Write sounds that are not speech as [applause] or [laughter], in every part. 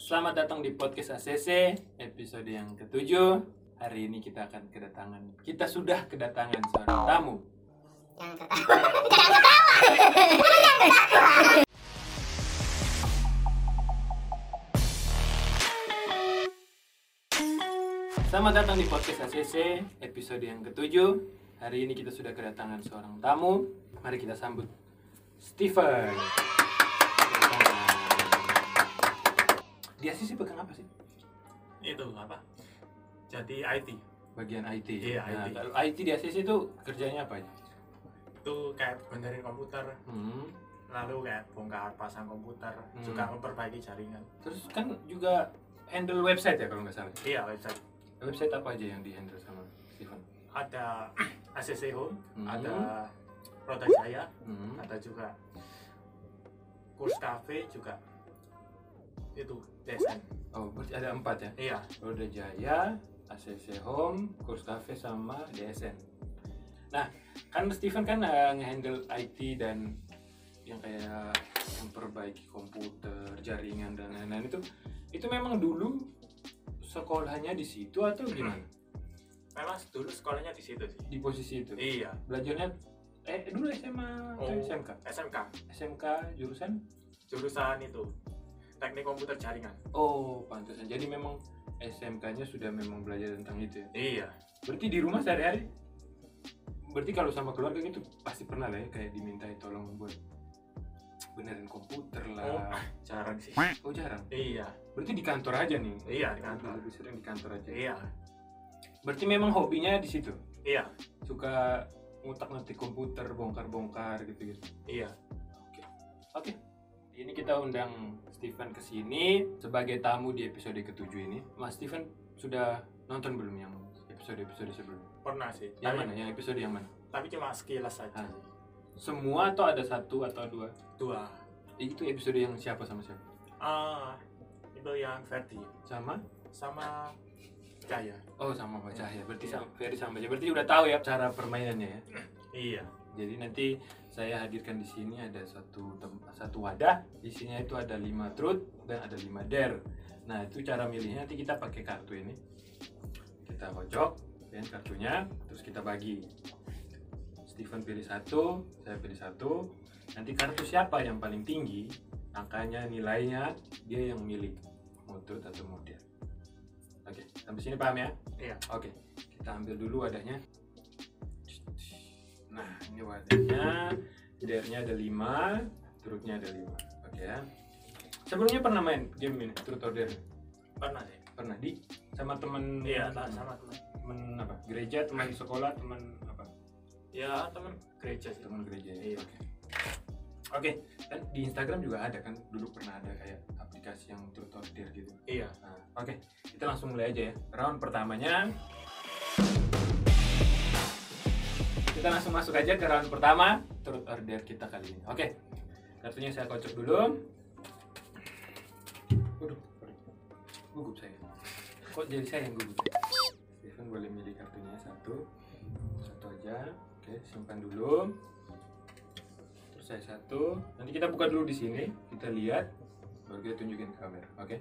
Selamat datang di podcast ACC episode yang ketujuh. Hari ini kita akan kedatangan, kita sudah kedatangan seorang tamu. Jangan kata. Selamat datang di podcast ACC episode yang ketujuh. Hari ini kita sudah kedatangan seorang tamu. Mari kita sambut Steven. Dia sih pegang apa sih? itu apa jadi IT Bagian IT. Iya, Nah, IT. kalau IT di ACC itu kerjanya apa aja? itu kayak benerin komputer Hmm. lalu kayak bongkar pasang komputer Hmm. juga memperbaiki jaringan Terus kan juga handle website ya kalau nggak salah. iya website Website apa aja yang di handle sama Steven? ada [clears throat] ACC Home Hmm. ada Roda Jaya Hmm. ada juga kurs cafe juga itu desain Oh, berarti ada empat ya? iya Roda Jaya, ACC Home, Kurs Cafe sama DSN. Nah, kan Steven kan eh, ngehandle IT dan yang kayak memperbaiki komputer, jaringan dan lain-lain itu itu memang dulu sekolahnya di situ atau gimana? memang dulu sekolahnya di situ sih Di posisi itu. iya Belajarnya eh dulu SMA atau Oh. SMK? SMK SMK jurusan jurusan itu teknik komputer jaringan Oh, pantesan. Jadi memang SMK-nya sudah memang belajar tentang itu ya. iya Berarti di rumah sehari-hari Berarti kalau sama keluarga itu pasti pernah lah ya kayak dimintai tolong buat benerin komputer lah. jarang sih Oh, jarang. iya Berarti di kantor aja nih. iya di kantor Lebih sering di kantor aja. iya Berarti memang hobinya di situ. iya Suka ngutak-ngatik komputer, bongkar-bongkar gitu-gitu. iya Oke. Oke. Ini kita undang Steven ke sini sebagai tamu di episode ketujuh ini. Mas Steven sudah nonton belum yang episode-episode sebelumnya? pernah ya? sih Yang tapi, mana? Yang episode yang mana? tapi cuma sekilas saja Ah. Semua atau ada satu atau dua? dua Itu episode yang siapa sama siapa? ah itu yang Ferdi Sama? sama Jaya Oh sama Pak Cahya. Berarti sama, Ferry sama Cahya. Berarti udah tahu ya cara permainannya ya. iya Jadi nanti saya hadirkan di sini ada satu tem- satu wadah. Isinya itu ada lima truth dan ada lima dare. Nah itu cara milihnya nanti kita pakai kartu ini. Kita kocok dan kartunya terus kita bagi. Steven pilih satu, saya pilih satu. Nanti kartu siapa yang paling tinggi angkanya nilainya dia yang milik mau truth atau mau dare. Oke, sampai sini paham ya? Iya. Oke, kita ambil dulu wadahnya. Nah, ini wadahnya. Dare-nya ada 5, truth-nya ada 5. Oke ya. Sebelumnya pernah main game ini, truth or dare? pernah sih Pernah di sama temen iya temen- sama teman temen apa? Gereja, teman sekolah, teman apa? ya teman gereja sih Teman gereja ya. Iya. Oke. Oke, kan di Instagram juga ada kan dulu pernah ada kayak aplikasi yang truth or dare gitu. iya Nah, Oke, kita langsung mulai aja ya. Round pertamanya. Kita langsung masuk aja ke round pertama turut order kita kali ini. Oke. Kartunya saya kocok dulu. Waduh, gugup saya. Kok jadi saya yang gugup? Steven boleh milih kartunya satu. Satu aja. Oke, simpan dulu. Terus saya satu. Nanti kita buka dulu di sini, kita lihat baru kita tunjukin ke kamera. Oke.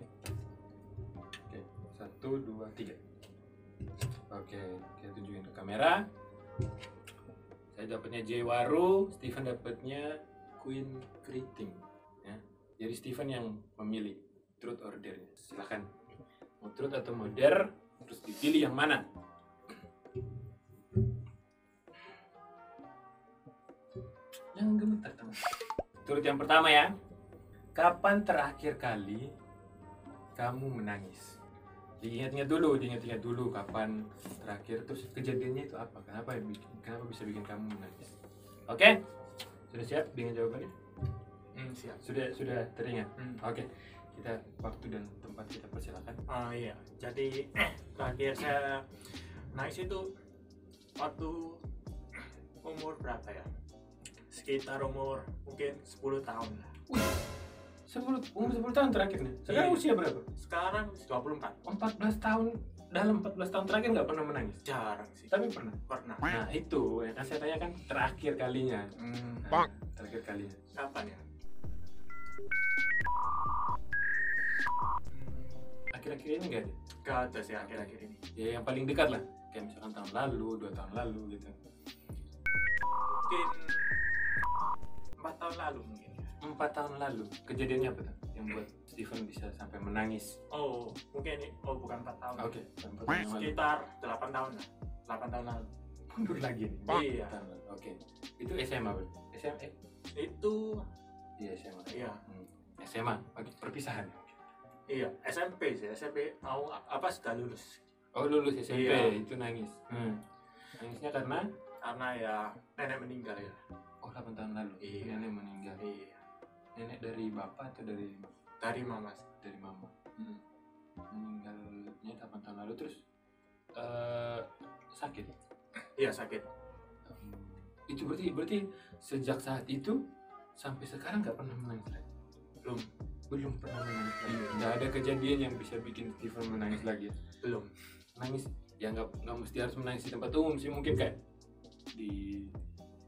Oke, satu, dua, tiga. Oke, kita tunjukin ke kamera. Saya dapatnya J Waru, Steven dapatnya Queen Keriting. Ya. Jadi Steven yang memilih truth or dare. Silahkan mau truth atau mau dare, terus dipilih yang mana. Jangan gemetar teman. Truth yang pertama ya. Kapan terakhir kali kamu menangis? Diingat-ingat dulu, diingat-ingat dulu kapan terakhir terus kejadiannya itu apa? Kenapa yang bikin- kenapa bisa bikin kamu menangis? Oke? Sudah siap dengan jawabannya? Hmm, siap Sudah sudah teringat. Hmm. Oke. Kita waktu dan tempat kita persilakan. ah iya jadi [clears throat] terakhir saya naik situ waktu umur berapa ya sekitar umur mungkin 10 tahun lah 10 umur 10 tahun terakhir nih. Sekarang Iya. usia berapa? sekarang 24 14 tahun dalam 14 tahun terakhir nggak pernah menangis. jarang sih Tapi pernah. pernah Nah, itu yang kan saya tanyakan terakhir kalinya. hmm, Nah, terakhir ya? kalinya. kapan ya Hmm, akhir-akhir ini nggak ada ke atas ya akhir-akhir ini ya yang paling dekat lah kayak misalkan tahun lalu dua tahun lalu gitu mungkin empat tahun lalu mungkin ya. empat tahun lalu kejadiannya apa tuh yang buat Steven bisa sampai menangis oh mungkin oh bukan empat tahun oke empat tahun yang lalu sekitar delapan tahun lah delapan tahun lalu mundur lagi nih Iya. Tahun lalu, oke itu SMA berarti SMA itu iya SMA Iya. Hmm. SMA oke perpisahan iya SMP sih SMP mau apa sudah lulus oh lulus SMP Iya. itu nangis hmm. nangisnya karena karena ya nenek meninggal ya oh 8 tahun lalu Iya. nenek meninggal iya nenek dari bapak atau dari dari mama sih. dari mama meninggalnya 8 tahun lalu terus eh sakit iya sakit itu berarti berarti sejak saat itu sampai sekarang nggak pernah menangis lagi belum belum Iya. pernah menangis lagi nggak ada kejadian yang bisa bikin Steven menangis lagi belum nangis ya nggak nggak mesti harus menangis di tempat umum sih mungkin kayak di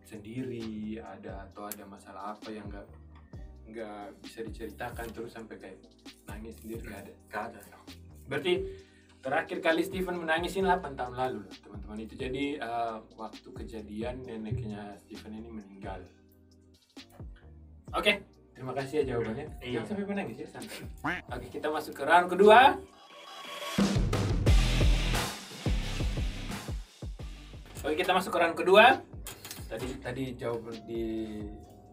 sendiri ada atau ada masalah apa yang nggak nggak bisa diceritakan terus sampai kayak nangis sendiri nggak ada gak ada berarti terakhir kali Steven menangisin 8 tahun lalu loh teman-teman itu jadi eh, waktu kejadian neneknya Steven ini meninggal oke terima kasih ya jawabannya Iya. jangan sampai menangis ya santai oke kita masuk ke round kedua oke kita masuk ke round kedua tadi tadi jawaban di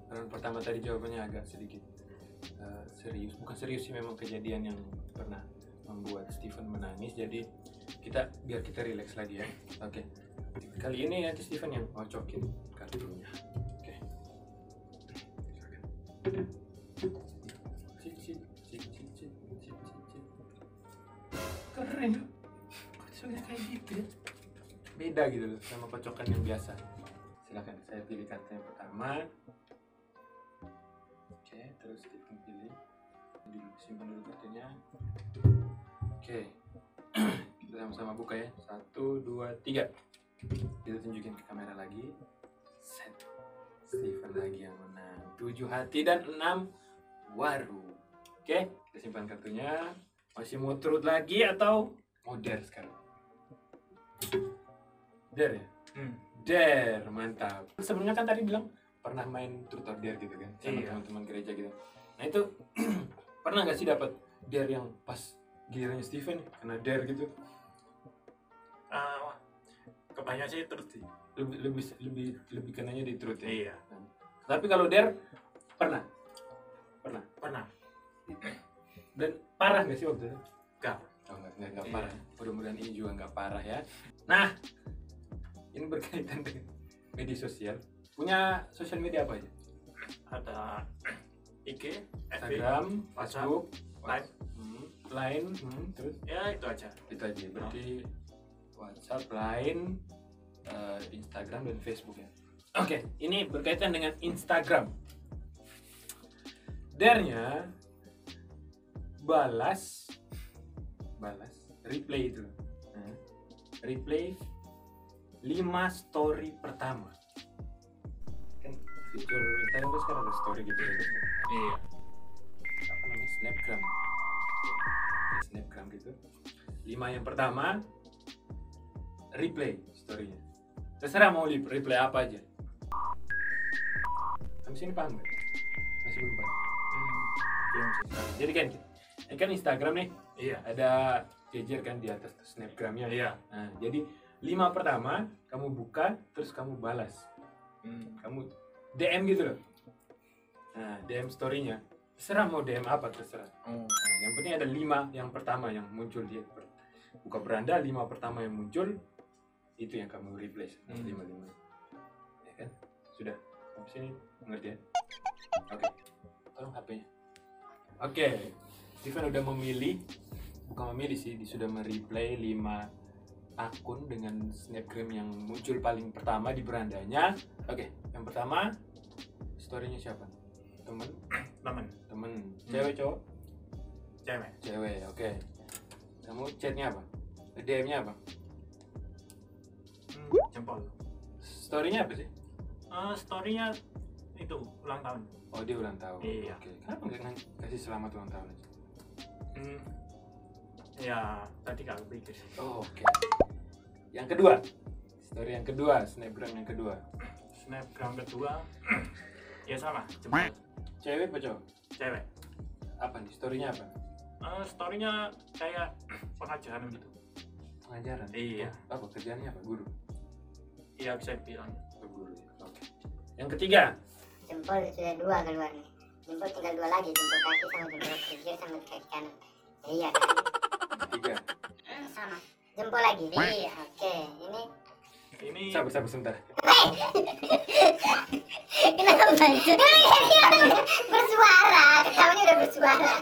round pertama tadi jawabannya agak sedikit eh, serius bukan serius sih memang kejadian yang pernah membuat Steven menangis jadi kita biar kita relax lagi ya oke kali ini ya, nanti Steven yang kocokin kartunya oke Silakan. Cip, cip, cip, cip, cip, cip, cip, cip. keren loh. kocoknya kayak gitu ya beda gitu loh sama kocokan yang biasa silakan saya pilih kartu yang pertama oke terus kita pilih Dulu, simpan dulu kartunya Oke, [clears throat] kita sama-sama buka ya. Satu, dua, tiga. Kita tunjukin ke kamera lagi. Set. Steven lagi yang menang. Tujuh hati dan enam waru. Oke, kita simpan kartunya. Masih mau turut lagi atau mau dare sekarang? Dare ya? hmm. Dare, mantap. Sebelumnya kan tadi bilang pernah main truth or dare gitu kan sama Iya. teman-teman gereja gitu. Nah itu [clears throat] pernah nggak sih dapat dare yang pas gilirannya Steven kena dare gitu? Ah, kebanyakan sih terus sih. Lebih lebih lebih lebih kenanya di truth ya. iya Tapi kalau dare pernah pernah dan parah nggak sih waktu itu? Nggak. Oh, nggak nggak nggak Iya. parah. Mudah-mudahan ini juga nggak parah ya. Nah ini berkaitan dengan media sosial. Punya sosial media apa aja? ada IG, FB, Instagram, WhatsApp, Facebook, Line. Hmm, Line, hmm, terus ya itu aja. itu aja berarti WhatsApp, Line, eh, Instagram dan Facebook ya. Oke, ini berkaitan dengan Instagram. Dare-nya balas balas replay itu. Nah, replay 5 story pertama. Kan fitur Instagram tuh sekarang ada story gitu ya Iya. apa namanya snapgram Kayak snapgram gitu lima yang pertama replay storynya terserah mau lip- replay apa aja habis ini paham nggak masih belum paham Hmm. Belum sih. jadi kan ini kan Instagram nih Iya. ada jejer kan di atas tuh snapgramnya Iya. nah, jadi lima pertama kamu buka terus kamu balas Hmm, kamu DM gitu loh nah DM storynya terserah mau DM apa terserah Oh. Nah, yang penting ada lima yang pertama yang muncul di per- buka beranda lima pertama yang muncul itu yang kamu replace Nah, Hmm. lima lima ya kan sudah habis ini mengerti ya oke tolong HP-nya oke Steven udah memilih bukan memilih sih dia sudah mereplay lima akun dengan snapgram yang muncul paling pertama di berandanya oke yang pertama story-nya siapa temen Temen, temen cewek cowok cewek, cewek oke kamu chatnya apa DM nya apa Hmm, jempol. story nya apa sih Eh, story-nya itu ulang tahun. oh dia ulang tahun Iya. oke kenapa nggak ngan- kasih selamat ulang tahun aja Hmm. ya tadi nggak kepikir sih Oh, oke. Yang kedua. Story yang kedua, snapgram yang kedua. snapgram kedua [clears throat] ya sama jempol Cewek apa cowok? cewek Apa nih? Storynya apa? Eh, storynya kayak pengajaran gitu Pengajaran. Iya. Oh, Apa kerjaannya apa? Guru. iya bisa bilang Oh, guru. ya. Oke. Yang ketiga. jempol sudah dua keluar nih jempol tinggal dua lagi jempol kaki sama jempol kiri sama kaki kanan iya kan Ketiga. Eh, sama jempol lagi iya oke ini ini Sabar, sabar sebentar. kenapa bantu bersuara kamu udah bersuara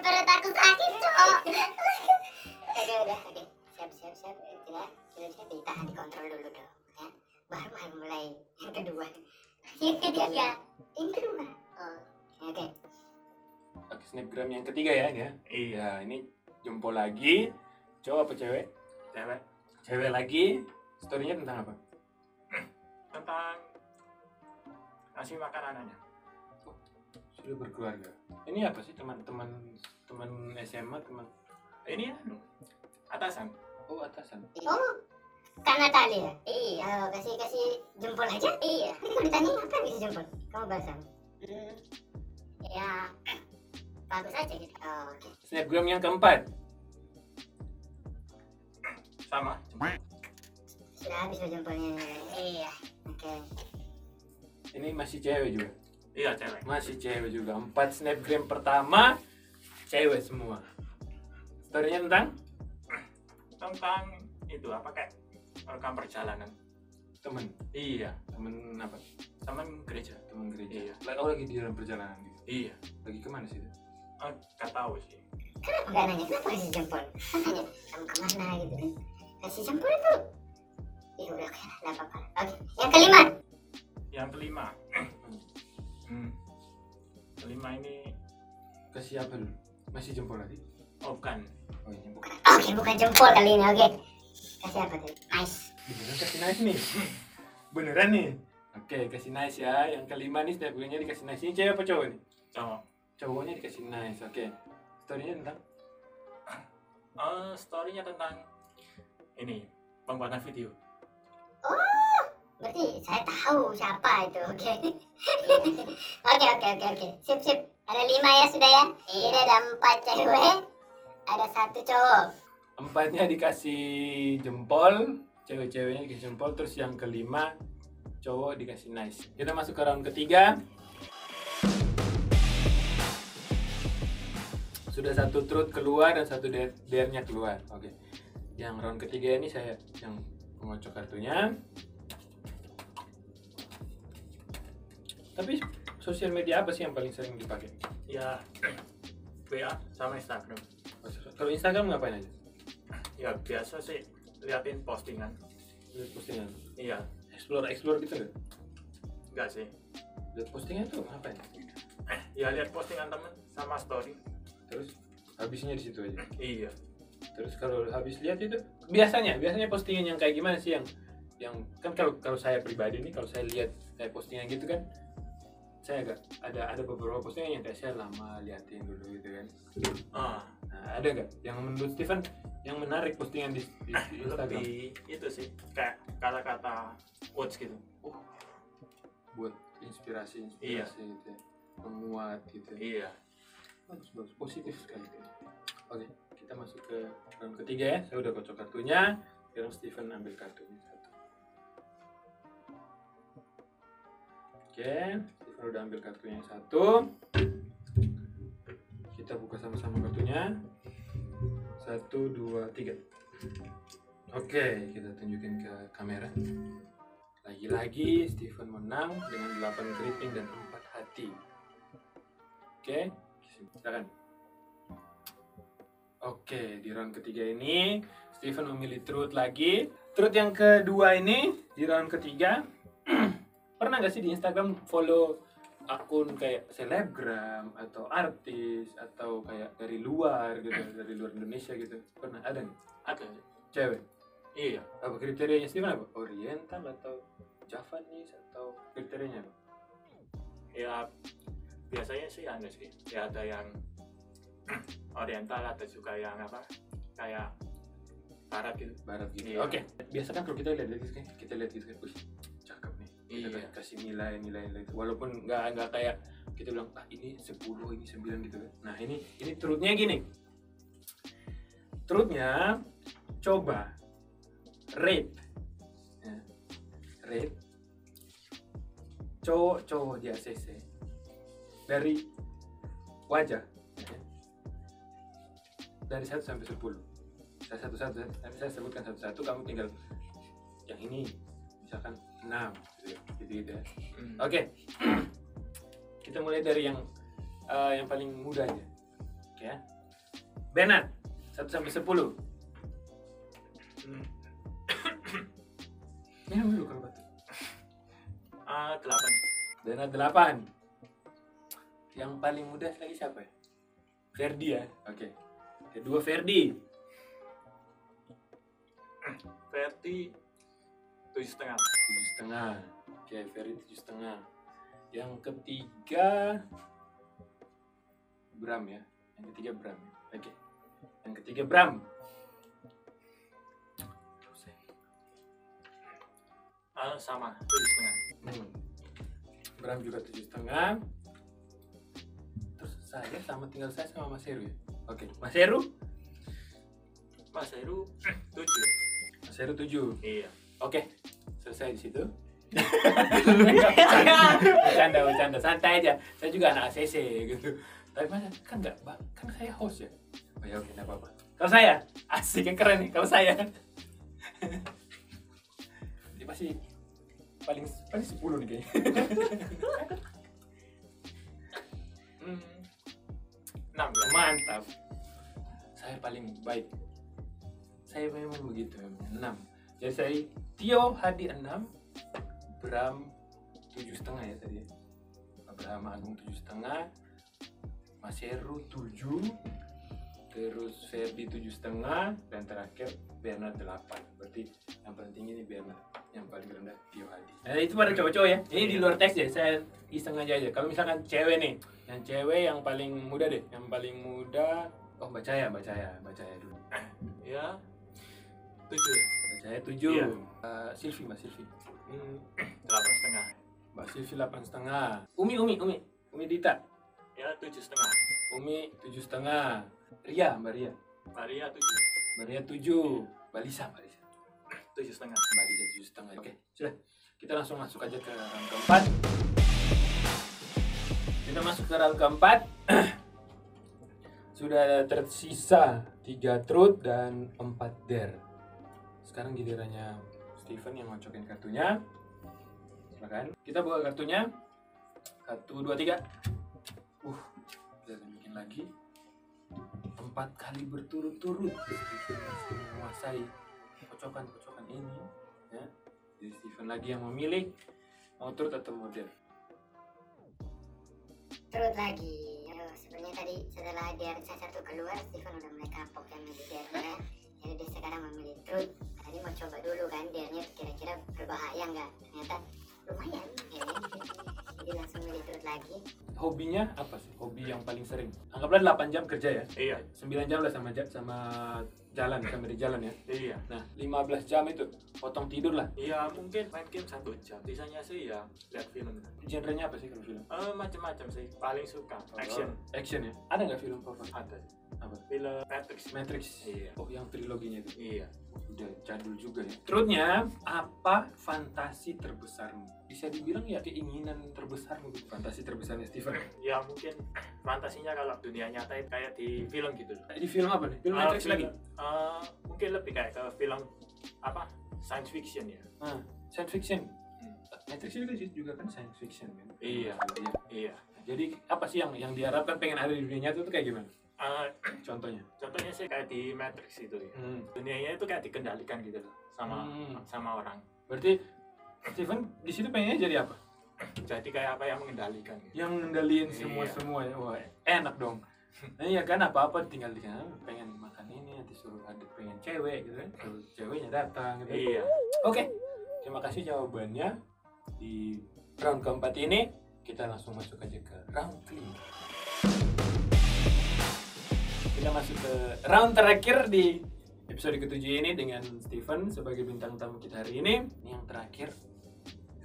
Perut aku sakit, Cok. Oke, udah, oke. Siap, siap, siap. Eh, Tidak, tidak bisa ditahan dikontrol dulu dong. Ya. Baru mau mulai yang kedua. Yang ketiga. Ini kedua. Oh, oke. Oke, snapgram yang ketiga ya ini ya. iya Iya, ini jempol lagi. Cowok apa cewek? cewek Cewek lagi. Storynya tentang apa? tentang kasih makan anaknya Sudah berkeluarga. Ini apa sih teman-teman teman SMA, teman ini anu, atasan oh atasan. Oh, karena tali ya? Iya, oh, kasih kasih jempol aja. Iya. Ini kalau ditanya apa bisa jempol? Kamu bahasa? Hmm, ya bagus aja gitu. Oh, oke. Snapgram yang keempat. sama jempol Sudah habis loh jempolnya. Iya. Oke. Ini masih cewek juga. iya cewek Masih cewek juga. Empat snapgram pertama cewek semua. Storynya tentang tentang itu apa kayak rekam perjalanan temen iya temen apa? teman gereja Temen gereja. Iya. Lah, Oh lagi di dalam perjalanan gitu. iya Lagi kemana sih? dia? Eh, nggak tahu sih Kenapa nggak nanya? Kenapa kasih jempol? Kan Nanya kamu kemana gitu kan? Kasih jempol itu. Ya udah, oke, nggak apa-apa. Oke. Yang kelima. yang kelima hmm. kelima ini Kasih apa dulu? Masih jempol lagi. oh bukan Oh ini bukan. Oke, bukan jempol kali ini. Oke. Kasih apa tadi? Ice. Beneran kasih nice nih. Beneran nih. Oke, kasih nice ya. Yang kelima nih snapgramnya dikasih nice. Ini cewek apa cowok nih? cowok Cowoknya dikasih nice. Oke. Storynya tentang Eh, storynya tentang ini pembuatan video Oh, berarti saya tahu siapa itu. [laughs] Oke. Oke, oke, oke, oke. Sip, sip. Ada lima ya sudah ya. Ini ada empat cewek, ada satu cowok. empatnya dikasih jempol cewek-ceweknya dikasih jempol terus yang kelima cowok dikasih nice kita masuk ke round ketiga sudah satu truth keluar dan satu dare- dare-nya keluar oke yang round ketiga ini saya yang mengocok kartunya tapi sosial media apa sih yang paling sering dipakai ya WA sama Instagram kalau Instagram ngapain aja ya biasa sih liatin postingan lihat postingan iya explore explore gitu nggak enggak sih lihat postingan tuh ngapain ya lihat postingan temen sama story terus habisnya di situ aja iya terus kalau habis lihat itu biasanya biasanya postingan yang kayak gimana sih yang yang kan kalau kalau saya pribadi nih kalau saya lihat kayak postingan gitu kan saya agak ada ada beberapa postingan yang kayak saya lama liatin dulu gitu kan ah nah, ada nggak yang menurut Steven yang menarik postingan di, di, di Instagram [laughs] lebih itu sih kayak kata-kata quotes gitu Oh, buat inspirasi Iya. inspirasi gitu ya. penguat gitu ya. iya bagus bagus positif sekali oke kita masuk ke round ketiga ya saya udah kocok kartunya sekarang Steven ambil kartunya satu oke Steven udah ambil kartunya yang satu kita buka sama-sama kartunya satu dua tiga oke kita tunjukin ke kamera lagi-lagi Steven menang dengan 8 keriting dan 4 hati oke silakan Oke, di round ketiga ini Steven memilih truth lagi. Truth yang kedua ini di round ketiga. [clears throat] Pernah nggak sih di Instagram follow akun kayak selebgram atau artis atau kayak dari luar gitu, dari luar Indonesia gitu? Pernah ada nggak? ada Cewek. iya Apa kriterianya Steven apa? Oriental atau Javanese atau kriterianya apa? ya biasanya sih anu sih ya ada yang [clears throat] oriental ada juga yang apa kayak barat gitu barat gitu. Iya. Oke, biasa kan kalau kita lihat gitu kan, kita lihat gitu kan, wih cakep nih. Kita Iya. kan kasih nilai, nilai, nilai. Walaupun nggak nggak kayak kita bilang ah ini 10, ini 9 gitu kan. Nah ini ini trutnya gini. Trutnya coba rate, ya. rate cowok-cowok di ACC dari wajah ya. dari 1 sampai 10 saya satu-satu nanti saya sebutkan satu-satu kamu tinggal yang ini misalkan 6 gitu gitu, gitu ya. Hmm. oke [clears throat] kita mulai dari yang eh, yang paling mudah aja oke ya Benat 1 sampai 10 Hmm. minum dulu kalau batuk Ah, delapan Benat 8 yang paling mudah lagi siapa ya Ferdi ya oke kedua Ferdi Verti tujuh setengah tujuh setengah oke Ferry tujuh setengah yang ketiga Bram ya yang ketiga Bram ya. oke yang ketiga Bram Ah, sama tujuh setengah Hmm. Bram juga tujuh setengah terus saya sama tinggal saya sama Mas Heru ya oke Mas Heru Mas Heru [clears throat] tujuh Mas Heru tujuh iya oke selesai di situ bercanda bercanda santai aja saya juga anak ACC gitu tapi mas kan nggak Bang, kan saya host ya oh ya oke nggak apa-apa kalau saya asik yang keren nih kalau saya dia masih paling paling sepuluh nih kayaknya hmm. enam ya mantap saya paling baik saya memang begitu memang. enam jadi saya Tio Hadi enam Bram tujuh setengah ya tadi Abraham Agung tujuh setengah Mas Heru tujuh terus Ferdi tujuh setengah dan terakhir Bernard delapan berarti yang paling tinggi ini Bernard yang paling rendah Tio Hadi nah, itu pada cowok-cowok ya ini di luar teks ya saya iseng aja aja kalau misalkan cewek nih yang cewek yang paling muda deh yang paling muda oh Mbak Caya Mbak Caya Mbak Caya ya dulu ya tujuh Mbak Cahaya ya tujuh Iya. Eh, Silvi Mbak Silvi Hmm, [clears throat] delapan setengah Mbak Silvi delapan setengah Umi Umi Umi Umi Dita ya tujuh setengah Umi tujuh setengah Ria Mbak Ria Maria tujuh Mbak Ria tujuh Mbak Lisa Mbak Lisa tujuh setengah Mbak Lisa tujuh setengah oke sudah kita langsung masuk aja ke round keempat kita masuk ke round keempat [clears throat] sudah tersisa tiga truth dan empat dare sekarang gilirannya Steven yang ngocokin kartunya silakan kita buka kartunya satu dua tiga uh kita bikin lagi empat kali berturut-turut Steven masih menguasai kocokan-kocokan ini ya jadi Steven lagi yang memilih mau turut atau mau dare Terus lagi. Aduh, sebenarnya tadi setelah dia saya satu keluar, Steven udah mulai kapok dan milih dia. Jadi dia sekarang memilih truth. Tadi mau coba dulu kan, dia kira-kira berbahaya nggak? Ternyata lumayan. Ya. Jadi langsung milih truth lagi. hobinya apa sih hobi yang paling sering anggaplah 8 jam kerja ya iya 9 jam lah sama ja- sama jalan sama di jalan ya iya nah 15 jam itu potong tidur lah ya mungkin main game satu jam sisanya sih ya lihat film genrenya apa sih kalau film Eh, macam-macam sih paling suka action action ya ada nggak film favorit ada apa film Matrix Matrix Iya. oh yang triloginya itu iya udah jadul juga ya terusnya apa fantasi terbesarmu bisa dibilang ya keinginan terbesarmu gitu. fantasi terbesarnya Steven ya mungkin fantasinya kalau dunia nyata itu kayak di film gitu loh di film apa nih film Ah, Matrix film- lagi ah, mungkin lebih kayak ke film apa science fiction ya Ah, science fiction Hmm. Matrix itu juga kan science fiction kan Iya. iya Jadi apa sih yang yang diharapkan pengen ada di dunia nyata itu kayak gimana? Ah, Contohnya? contohnya sih kayak di Matrix itu ya Hmm. dunianya itu kayak dikendalikan gitu loh sama sama orang Berarti Steven di situ pengennya jadi apa? jadi kayak apa yang mengendalikan gitu. Yang ngendaliin Iya. semua semua ya. Wah, enak dong. Nah, [laughs] iya kan apa-apa tinggal di sana pengen makan ini nanti suruh ada pengen cewek gitu kan. Suruh ceweknya datang gitu. iya Oke. Terima kasih jawabannya di round keempat ini. kita langsung masuk aja ke round kelima kita masuk ke round terakhir di episode ketujuh ini dengan Steven sebagai bintang tamu kita hari ini ini yang terakhir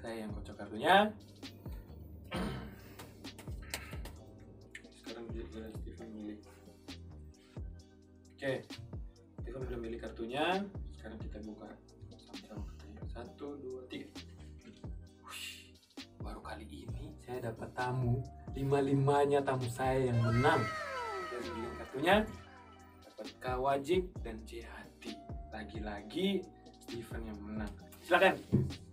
saya yang kocok kartunya sekarang giliran Steven milik oke Steven belum milih kartunya sekarang kita buka sama-sama kartunya. satu dua tiga Wush, baru kali ini saya dapat tamu lima limanya tamu saya yang menang dari pilihan kartunya dapat Kawajik dan Jehati lagi-lagi Steven yang menang silakan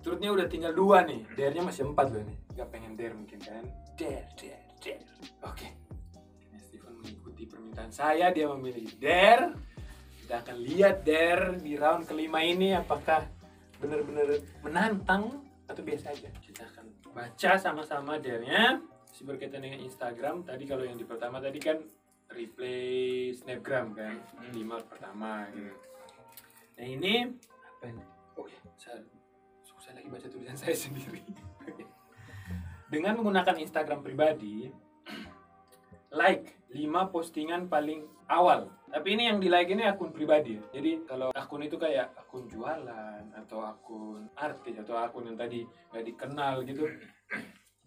turutnya udah tinggal dua nih dernya masih empat loh nih nggak pengen der mungkin kan der der der oke Akhirnya Steven mengikuti permintaan saya dia memilih der kita akan lihat der di round kelima ini apakah benar-benar menantang atau biasa aja kita akan baca sama-sama dernya masih berkaitan dengan Instagram tadi kalau yang di pertama tadi kan replay snapgram kan Hmm. lima pertama gitu nah ini apa ini oke saya susah lagi baca tulisan [laughs] saya sendiri Oke. dengan menggunakan Instagram pribadi like 5 postingan paling awal tapi ini yang di like ini akun pribadi ya. jadi kalau akun itu kayak akun jualan atau akun artis atau akun yang tadi nggak dikenal gitu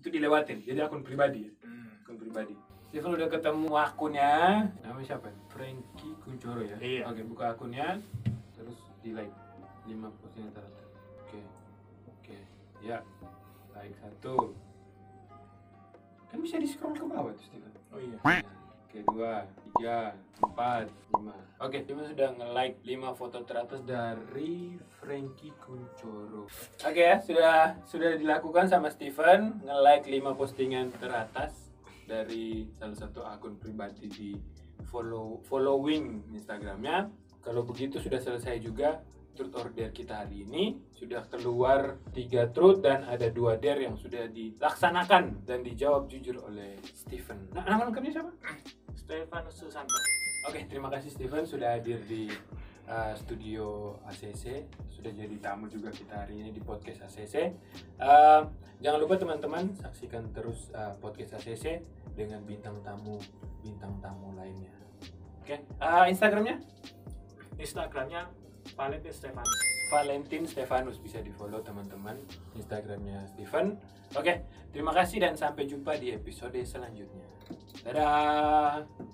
itu dilewatin jadi akun pribadi ya Hmm. akun pribadi. Steven udah ketemu akunnya. Namanya siapa? Frankie Kuncoro ya. Iya. Oke, buka akunnya terus di like 5 postingan terakhir. Oke. Oke. Ya. Like satu. Kan bisa di scroll ke bawah tuh Steven. oh iya Oke, dua, tiga, empat, lima. Oke, Steven sudah nge-like 5 foto teratas dari Frankie Kuncoro. Oke ya, sudah sudah dilakukan sama Steven nge-like 5 postingan teratas dari salah satu akun pribadi di follow following Instagramnya. Kalau begitu sudah selesai juga truth or dare kita hari ini sudah keluar tiga truth dan ada dua dare yang sudah dilaksanakan dan dijawab jujur oleh Steven. Nah, nama lengkapnya siapa? Stefanus Susanto Oke, terima kasih Steven sudah hadir di uh, studio ACC, sudah jadi tamu juga kita hari ini di podcast ACC. Uh, jangan lupa teman-teman saksikan terus uh, podcast ACC dengan bintang tamu bintang tamu lainnya. Oke, uh, Instagramnya Instagramnya Valentin Stefanus Valentin Stefanus bisa di follow teman-teman Instagramnya Steven. Oke, terima kasih dan sampai jumpa di episode selanjutnya. Dadah.